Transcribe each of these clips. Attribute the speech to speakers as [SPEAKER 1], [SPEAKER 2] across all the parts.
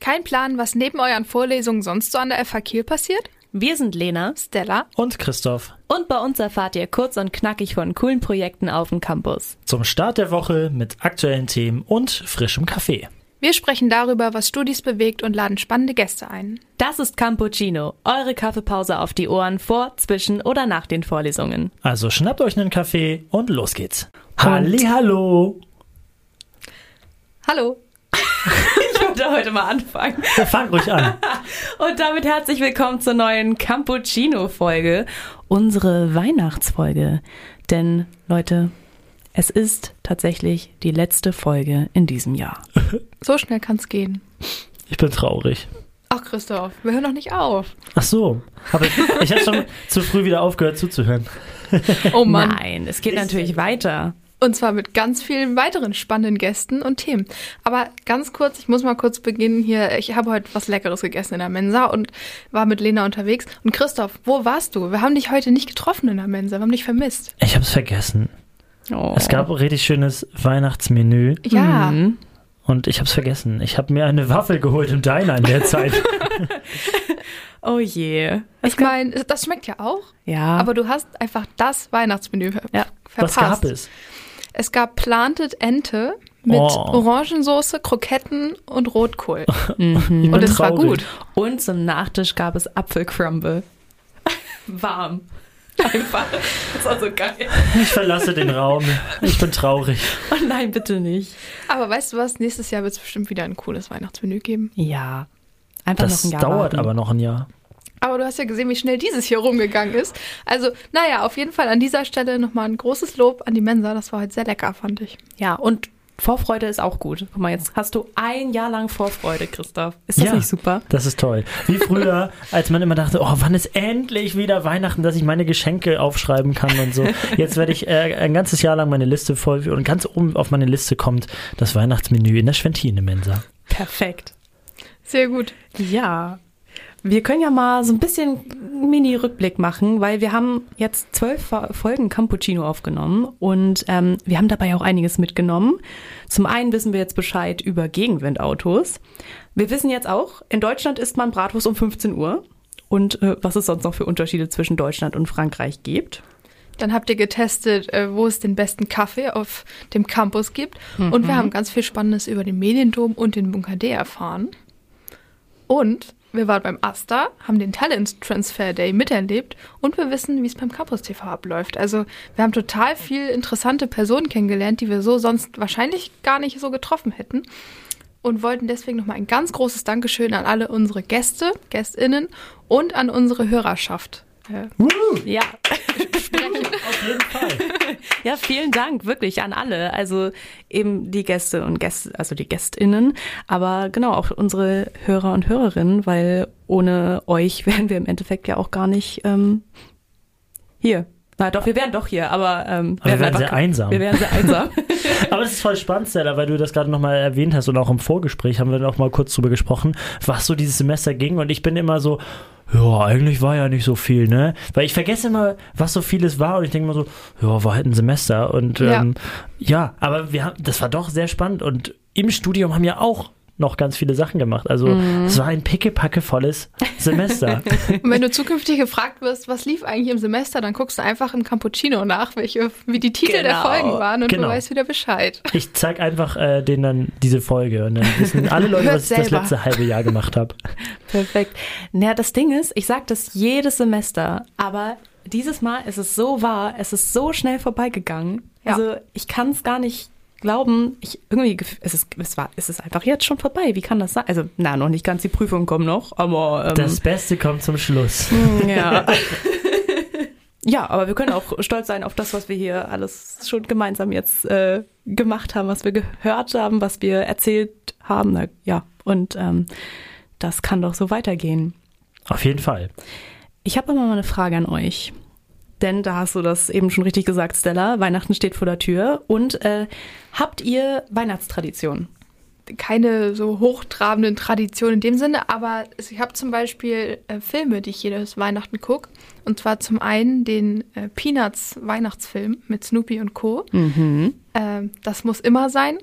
[SPEAKER 1] keinen Plan, was neben euren Vorlesungen sonst so an der FH Kiel passiert?
[SPEAKER 2] Wir sind Lena
[SPEAKER 1] Stella?
[SPEAKER 3] Und Christoph.
[SPEAKER 2] und bei uns erfahrt ihr kurz und knackig von coolen Projekten auf dem Campus.
[SPEAKER 3] Zum Start der Woche mit aktuellen Themen und frischem Kaffee.
[SPEAKER 1] Wir sprechen darüber, was Studis bewegt und laden spannende Gäste ein.
[SPEAKER 2] Das ist Campuccino, eure Kaffeepause auf die Ohren vor, zwischen oder nach den Vorlesungen.
[SPEAKER 3] Also schnappt euch einen Kaffee und los geht's. Hallihallo.
[SPEAKER 1] Hallo!
[SPEAKER 2] Ich würde heute mal anfangen.
[SPEAKER 3] Wir fangen ruhig an.
[SPEAKER 2] Und damit herzlich willkommen zur neuen Campuccino-Folge, unsere Weihnachtsfolge. Denn, Leute, es ist tatsächlich die letzte Folge in diesem Jahr.
[SPEAKER 1] So schnell kann's gehen.
[SPEAKER 3] Ich bin traurig.
[SPEAKER 1] Ach, Christoph, wir hören noch nicht auf.
[SPEAKER 3] Ach so. Aber ich habe schon zu früh wieder aufgehört zuzuhören.
[SPEAKER 1] Oh Mann.
[SPEAKER 2] Nein, es geht natürlich weiter.
[SPEAKER 1] Und zwar mit ganz vielen weiteren spannenden Gästen und Themen. Aber ganz kurz, ich muss mal kurz beginnen hier. Ich habe heute was Leckeres gegessen in der Mensa und war mit Lena unterwegs. Und Christoph, wo warst du? Wir haben dich heute nicht getroffen in der Mensa, wir haben dich vermisst.
[SPEAKER 3] Ich habe es vergessen.
[SPEAKER 2] Oh.
[SPEAKER 3] Es gab ein richtig schönes Weihnachtsmenü
[SPEAKER 1] Ja,
[SPEAKER 2] Mhm.
[SPEAKER 3] und ich habe es vergessen. Ich habe mir eine Waffel geholt im Diner in der Zeit.
[SPEAKER 2] Oh je.
[SPEAKER 1] ich meine, das schmeckt ja auch.
[SPEAKER 2] Ja.
[SPEAKER 1] Aber du hast einfach das Weihnachtsmenü ver
[SPEAKER 2] Ja.
[SPEAKER 3] Was
[SPEAKER 1] verpasst.
[SPEAKER 3] gab es?
[SPEAKER 1] Es gab Planted Ente mit
[SPEAKER 3] Oh.
[SPEAKER 1] Orangensoße, Kroketten und Rotkohl. Und es war
[SPEAKER 3] traurig.
[SPEAKER 1] gut.
[SPEAKER 2] Und zum Nachtisch gab es Apfelcrumble. Warm. Einfach. Das war so geil.
[SPEAKER 3] Ich verlasse den Raum. Ich bin traurig.
[SPEAKER 2] Oh nein, bitte nicht.
[SPEAKER 1] Aber weißt du was? Nächstes Jahr wird es bestimmt wieder ein cooles Weihnachtsmenü geben.
[SPEAKER 2] Ja. Einfach
[SPEAKER 3] Das
[SPEAKER 2] noch ein Jahr
[SPEAKER 3] dauert
[SPEAKER 2] warten.
[SPEAKER 3] aber noch ein Jahr.
[SPEAKER 1] Aber du hast ja gesehen, wie schnell dieses hier rumgegangen ist. Also, naja, auf jeden Fall an dieser Stelle nochmal ein großes Lob an die Mensa. Das war heute sehr lecker, fand ich.
[SPEAKER 2] Ja, und Vorfreude ist auch gut. Guck mal, jetzt hast du ein Jahr lang Vorfreude, Christoph. Ist das
[SPEAKER 3] Ja.
[SPEAKER 2] nicht super?
[SPEAKER 3] Das ist toll. Wie früher, als man immer dachte, oh, wann ist endlich wieder Weihnachten, dass ich meine Geschenke aufschreiben kann und so. Jetzt werde ich äh, ein ganzes Jahr lang meine Liste voll und ganz oben auf meine Liste kommt das Weihnachtsmenü in der Schwentine-Mensa.
[SPEAKER 2] Perfekt.
[SPEAKER 1] Sehr gut.
[SPEAKER 2] Ja. Wir können ja mal so ein bisschen Mini-Rückblick machen, weil wir haben jetzt zwölf Fa- Folgen Campuccino aufgenommen und ähm, wir haben dabei auch einiges mitgenommen. Zum einen wissen wir jetzt Bescheid über Gegenwindautos. Wir wissen jetzt auch, in Deutschland isst man Bratwurst um 15 Uhr und äh, was es sonst noch für Unterschiede zwischen Deutschland und Frankreich gibt.
[SPEAKER 1] Dann habt ihr getestet, äh, wo es den besten Kaffee auf dem Campus gibt. Und wir haben ganz viel Spannendes über den Mediendom und den Bunker D erfahren. Und wir waren beim Asta, haben den Talent Transfer Day miterlebt und wir wissen, wie es beim Campus TV abläuft. Also wir haben total viel interessante Personen kennengelernt, die wir so sonst wahrscheinlich gar nicht so getroffen hätten. Und wollten deswegen nochmal ein ganz großes Dankeschön an alle unsere Gäste, GästInnen und an unsere Hörerschaft. Äh,
[SPEAKER 2] Ja. Ja, vielen Dank wirklich an alle. Also eben die Gäste und Gäste, also die GästInnen, aber genau auch unsere Hörer und Hörerinnen, weil ohne euch wären wir im Endeffekt ja auch gar nicht ähm, hier. Na doch, wir wären doch hier, aber, ähm, wären
[SPEAKER 3] Aber wir wären
[SPEAKER 2] einfach-
[SPEAKER 3] sehr einsam.
[SPEAKER 2] Wir wären sehr einsam.
[SPEAKER 3] Aber das ist voll spannend, Stella, weil du das gerade nochmal erwähnt hast und auch im Vorgespräch haben wir noch mal kurz drüber gesprochen, was so dieses Semester ging und ich bin immer so, ja, eigentlich war ja nicht so viel, ne? Weil ich vergesse immer, was so vieles war und ich denke immer so, ja, war halt ein Semester und
[SPEAKER 1] Ja.
[SPEAKER 3] ähm, ja, aber wir haben, das war doch sehr spannend und im Studium haben ja auch noch ganz viele Sachen gemacht. Also
[SPEAKER 1] Mhm.
[SPEAKER 3] es war ein pickepackevolles Semester.
[SPEAKER 1] Und wenn du zukünftig gefragt wirst, was lief eigentlich im Semester, dann guckst du einfach im Cappuccino nach, welche, wie die Titel der
[SPEAKER 2] Genau.
[SPEAKER 1] Folgen waren und
[SPEAKER 3] Genau.
[SPEAKER 1] du weißt wieder Bescheid.
[SPEAKER 3] ich zeig einfach äh, denen dann diese Folge und dann wissen alle Leute,
[SPEAKER 1] Hört
[SPEAKER 3] was ich das
[SPEAKER 1] selber. Ähm.
[SPEAKER 3] letzte halbe Jahr gemacht habe.
[SPEAKER 2] Perfekt. Naja, das Ding ist, ich sage das jedes Semester, aber dieses Mal ist es so wahr, es ist so schnell vorbeigegangen.
[SPEAKER 1] Ja.
[SPEAKER 2] Also ich kann es gar nicht glauben. Ich irgendwie, gef- es ist, es war, es ist einfach jetzt schon vorbei. Wie kann das sein? Also, na, noch nicht ganz, die Prüfungen kommen noch, aber ähm,
[SPEAKER 3] Das Beste kommt zum Schluss.
[SPEAKER 2] ja. ja, aber wir können auch stolz sein auf das, was wir hier alles schon gemeinsam jetzt äh, gemacht haben, was wir gehört haben, was wir erzählt haben. Na, ja, und ähm, das kann doch so weitergehen.
[SPEAKER 3] Auf jeden Fall.
[SPEAKER 2] Ich habe aber mal eine Frage an euch. Denn da hast du das eben schon richtig gesagt, Stella. Weihnachten steht vor der Tür. Und äh, habt ihr Weihnachtstraditionen?
[SPEAKER 1] Keine so hochtrabenden Traditionen in dem Sinne, aber ich habe zum Beispiel äh, Filme, die ich jedes Weihnachten gucke. Und zwar zum einen den äh, Peanuts Weihnachtsfilm mit Snoopy und Co. Ähm, das muss immer sein.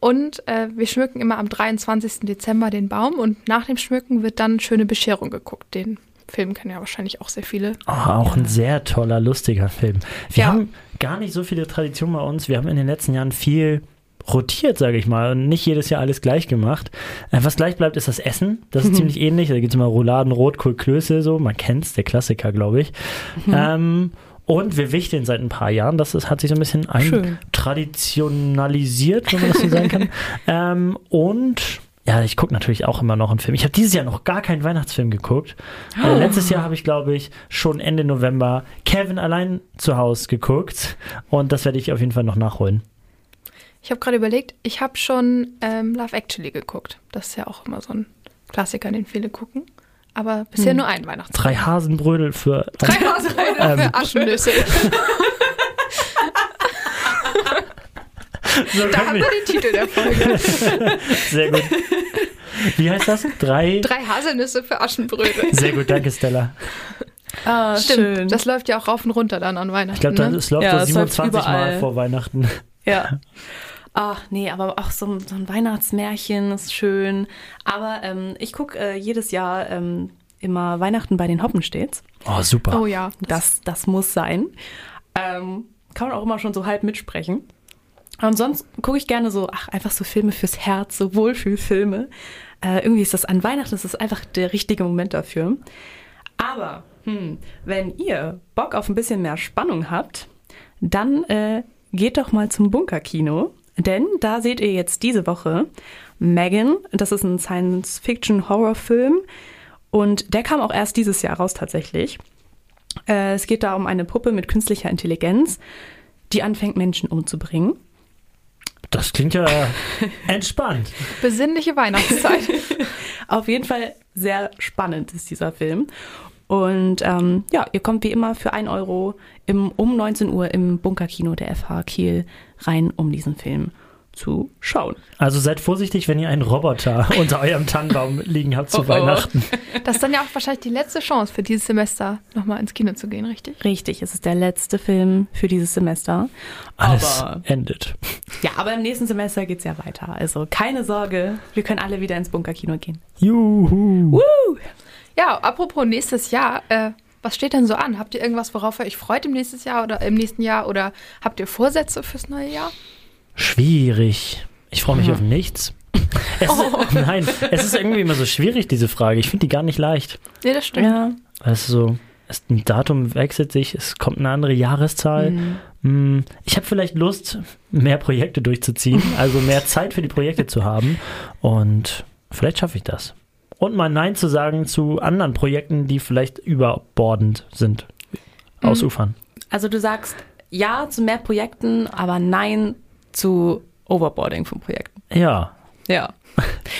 [SPEAKER 1] Und äh, wir schmücken immer am 23. Dezember den Baum und nach dem Schmücken wird dann Schöne Bescherung geguckt. Den Film kennen ja wahrscheinlich auch sehr viele.
[SPEAKER 3] Ah, auch ein sehr toller, lustiger Film. Wir
[SPEAKER 1] Ja.
[SPEAKER 3] haben gar nicht so viele Traditionen bei uns. Wir haben in den letzten Jahren viel rotiert, sage ich mal, und nicht jedes Jahr alles gleich gemacht. Äh, Was gleich bleibt, ist das Essen. Das ist ziemlich ähnlich. Da gibt es immer Rouladen, Rotkohl, Klöße, so. Man kennt's, der Klassiker, glaube ich.
[SPEAKER 2] Mhm.
[SPEAKER 3] Ähm, und wir wichteln seit ein paar Jahren. Das ist, hat sich so ein bisschen
[SPEAKER 2] Schön.
[SPEAKER 3] eintraditionalisiert, wenn man das so sagen kann. ähm, und ja, ich gucke natürlich auch immer noch einen Film. Ich habe dieses Jahr noch gar keinen Weihnachtsfilm geguckt.
[SPEAKER 2] Oh.
[SPEAKER 3] Äh, letztes Jahr habe ich, glaube ich, schon Ende November Kevin allein zu Hause geguckt. Und das werde ich auf jeden Fall noch nachholen.
[SPEAKER 1] Ich habe gerade überlegt, ich habe schon ähm, Love Actually geguckt. Das ist ja auch immer so ein Klassiker, den viele gucken. Aber
[SPEAKER 3] Hm.
[SPEAKER 1] bisher nur ein Weihnachtsfilm.
[SPEAKER 3] Drei Hasenbrödel für.
[SPEAKER 1] Drei
[SPEAKER 3] Ähm.
[SPEAKER 1] Hasenbeine für Aschennüsse.
[SPEAKER 3] So
[SPEAKER 1] Da haben
[SPEAKER 3] können wir-
[SPEAKER 1] wir den Titel der Folge.
[SPEAKER 3] Sehr gut. Wie heißt das? Drei.
[SPEAKER 1] Drei Haselnüsse für Aschenbrödel.
[SPEAKER 3] Sehr gut, danke Stella.
[SPEAKER 2] Ah,
[SPEAKER 1] Stimmt,
[SPEAKER 2] schön.
[SPEAKER 1] das läuft ja auch rauf und runter dann an Weihnachten.
[SPEAKER 3] Ich glaube,
[SPEAKER 1] ne?
[SPEAKER 3] das läuft
[SPEAKER 2] Ja,
[SPEAKER 3] ja,
[SPEAKER 2] es läuft
[SPEAKER 3] 27 Mal
[SPEAKER 2] überall.
[SPEAKER 3] vor Weihnachten.
[SPEAKER 2] Ja. Ach Ah, nee, aber auch so, ein- so ein Weihnachtsmärchen ist schön. Aber ähm, ich gucke äh, jedes Jahr ähm, immer Weihnachten bei den Hoppenstedts.
[SPEAKER 3] Oh, super.
[SPEAKER 1] Oh ja.
[SPEAKER 2] Das, das muss sein. Ähm, kann man auch immer schon so halb mitsprechen. Und sonst gucke ich gerne so, ach, einfach so Filme fürs Herz, so Wohlfühlfilme. Äh, irgendwie ist das an Weihnachten, das ist einfach der richtige Moment dafür. Aber hm, wenn ihr Bock auf ein bisschen mehr Spannung habt, dann äh, geht doch mal zum Bunkerkino. Denn da seht ihr jetzt diese Woche Megan. Das ist ein Science-Fiction-Horrorfilm. Und der kam auch erst dieses Jahr raus tatsächlich. Äh, es geht da um eine Puppe mit künstlicher Intelligenz, die anfängt, Menschen umzubringen.
[SPEAKER 3] Das klingt ja entspannt.
[SPEAKER 1] Besinnliche Weihnachtszeit.
[SPEAKER 2] Auf jeden Fall sehr spannend ist dieser Film. Und ähm, ja, ihr kommt wie immer für 1 Euro im, um 19 Uhr im Bunkerkino der FH Kiel rein, um diesen Film zu schauen.
[SPEAKER 3] Also seid vorsichtig, wenn ihr einen Roboter unter eurem Tannenbaum liegen habt zu
[SPEAKER 2] Oh, oh.
[SPEAKER 3] Weihnachten.
[SPEAKER 1] Das ist dann ja auch wahrscheinlich die letzte Chance für dieses Semester, nochmal ins Kino zu gehen, richtig?
[SPEAKER 2] Richtig, es ist der letzte Film für dieses Semester.
[SPEAKER 3] Alles
[SPEAKER 2] Aber
[SPEAKER 3] endet.
[SPEAKER 2] ja, aber im nächsten Semester geht's ja weiter. Also keine Sorge, wir können alle wieder ins Bunkerkino gehen.
[SPEAKER 3] Juhu.
[SPEAKER 2] Woo!
[SPEAKER 1] Ja, apropos nächstes Jahr, äh, was steht denn so an? Habt ihr irgendwas, worauf ihr euch freut im nächsten Jahr oder im nächsten Jahr oder habt ihr Vorsätze fürs neue Jahr?
[SPEAKER 3] Schwierig. Ich freue mich auf nichts. Es,
[SPEAKER 2] Oh.
[SPEAKER 3] Nein, es ist irgendwie immer so schwierig, diese Frage. Ich finde die gar nicht leicht.
[SPEAKER 1] Nee, das stimmt.
[SPEAKER 2] Ja,
[SPEAKER 3] Also, es, ein Datum wechselt sich, es kommt eine andere Jahreszahl.
[SPEAKER 2] Mhm.
[SPEAKER 3] Mm, Ich habe vielleicht Lust, mehr Projekte durchzuziehen, also mehr Zeit für die Projekte zu haben. Und vielleicht schaffe ich das. Und mal Nein zu sagen zu anderen Projekten, die vielleicht überbordend sind.
[SPEAKER 2] Mhm.
[SPEAKER 3] Ausufern.
[SPEAKER 2] Also du sagst ja zu mehr Projekten, aber nein zu Overboarding von Projekten.
[SPEAKER 3] Ja.
[SPEAKER 2] Ja.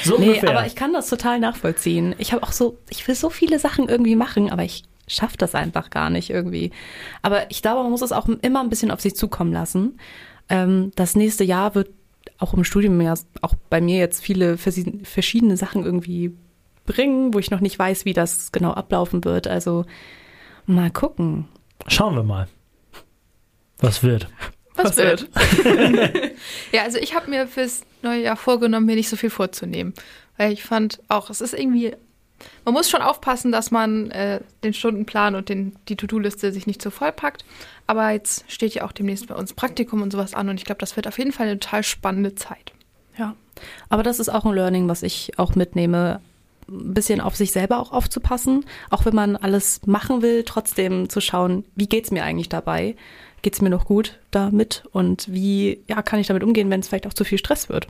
[SPEAKER 3] So
[SPEAKER 2] Nee,
[SPEAKER 3] ungefähr.
[SPEAKER 2] aber ich kann das total nachvollziehen. Ich habe auch so, ich will so viele Sachen irgendwie machen, aber ich schaffe das einfach gar nicht irgendwie. Aber ich glaube, man muss es auch immer ein bisschen auf sich zukommen lassen. Ähm, das nächste Jahr wird auch im Studium ja auch bei mir jetzt viele versi- verschiedene Sachen irgendwie bringen, wo ich noch nicht weiß, wie das genau ablaufen wird. Also mal gucken.
[SPEAKER 3] Schauen wir mal. Was wird?
[SPEAKER 1] Was wird? ja, also ich habe mir fürs neue Jahr vorgenommen, mir nicht so viel vorzunehmen. Weil ich fand auch, es ist irgendwie, man muss schon aufpassen, dass man äh, den Stundenplan und den, die To-Do-Liste sich nicht so vollpackt. Aber jetzt steht ja auch demnächst bei uns Praktikum und sowas an und ich glaube, das wird auf jeden Fall eine total spannende Zeit.
[SPEAKER 2] Ja, aber das ist auch ein Learning, was ich auch mitnehme, ein bisschen auf sich selber auch aufzupassen, auch wenn man alles machen will, trotzdem zu schauen, wie geht's mir eigentlich dabei? Geht's mir noch gut damit und wie ja, kann ich damit umgehen, wenn es vielleicht auch zu viel Stress wird?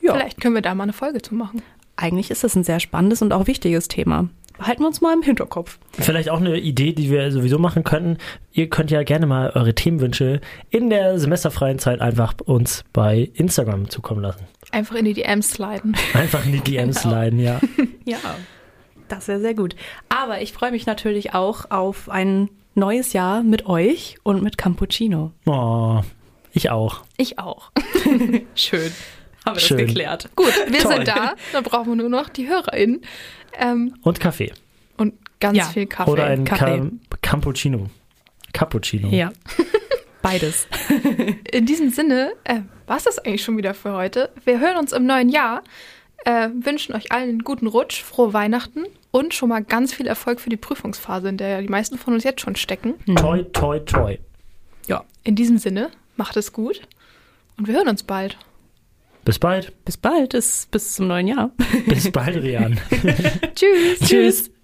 [SPEAKER 2] Ja,
[SPEAKER 1] Vielleicht können wir da mal eine Folge zu machen.
[SPEAKER 2] eigentlich ist das ein sehr spannendes und auch wichtiges Thema. Behalten wir uns mal im Hinterkopf.
[SPEAKER 3] Vielleicht auch eine Idee, die wir sowieso machen könnten. Ihr könnt ja gerne mal eure Themenwünsche in der semesterfreien Zeit einfach uns bei Instagram zukommen lassen.
[SPEAKER 1] Einfach in die DMs sliden.
[SPEAKER 3] Einfach in die DMs
[SPEAKER 2] Genau.
[SPEAKER 3] leiden, ja.
[SPEAKER 2] Ja, das wäre sehr gut. Aber ich freue mich natürlich auch auf ein neues Jahr mit euch und mit Campuccino.
[SPEAKER 3] Oh, ich auch.
[SPEAKER 1] Ich auch.
[SPEAKER 2] Schön. Haben wir
[SPEAKER 3] Schön.
[SPEAKER 2] das geklärt.
[SPEAKER 1] Gut, wir
[SPEAKER 3] Toll.
[SPEAKER 1] sind da. Dann brauchen wir nur noch die HörerInnen. Ähm,
[SPEAKER 3] Und Kaffee.
[SPEAKER 1] und ganz
[SPEAKER 2] Ja.
[SPEAKER 1] viel Kaffee.
[SPEAKER 3] Oder ein
[SPEAKER 2] Kaffee.
[SPEAKER 3] Cam Campuccino. Cappuccino.
[SPEAKER 2] Ja. Beides.
[SPEAKER 1] In diesem Sinne, äh, war es das eigentlich schon wieder für heute. Wir hören uns im neuen Jahr, äh, wünschen euch allen einen guten Rutsch, frohe Weihnachten und schon mal ganz viel Erfolg für die Prüfungsphase, in der ja die meisten von uns jetzt schon stecken.
[SPEAKER 3] Toi, toi, toi.
[SPEAKER 2] Ja,
[SPEAKER 1] In diesem Sinne, macht es gut und wir hören uns bald.
[SPEAKER 3] Bis bald.
[SPEAKER 2] bis bald, ist bis zum neuen Jahr.
[SPEAKER 3] Bis bald, Rian.
[SPEAKER 1] Tschüss.
[SPEAKER 2] Tschüss.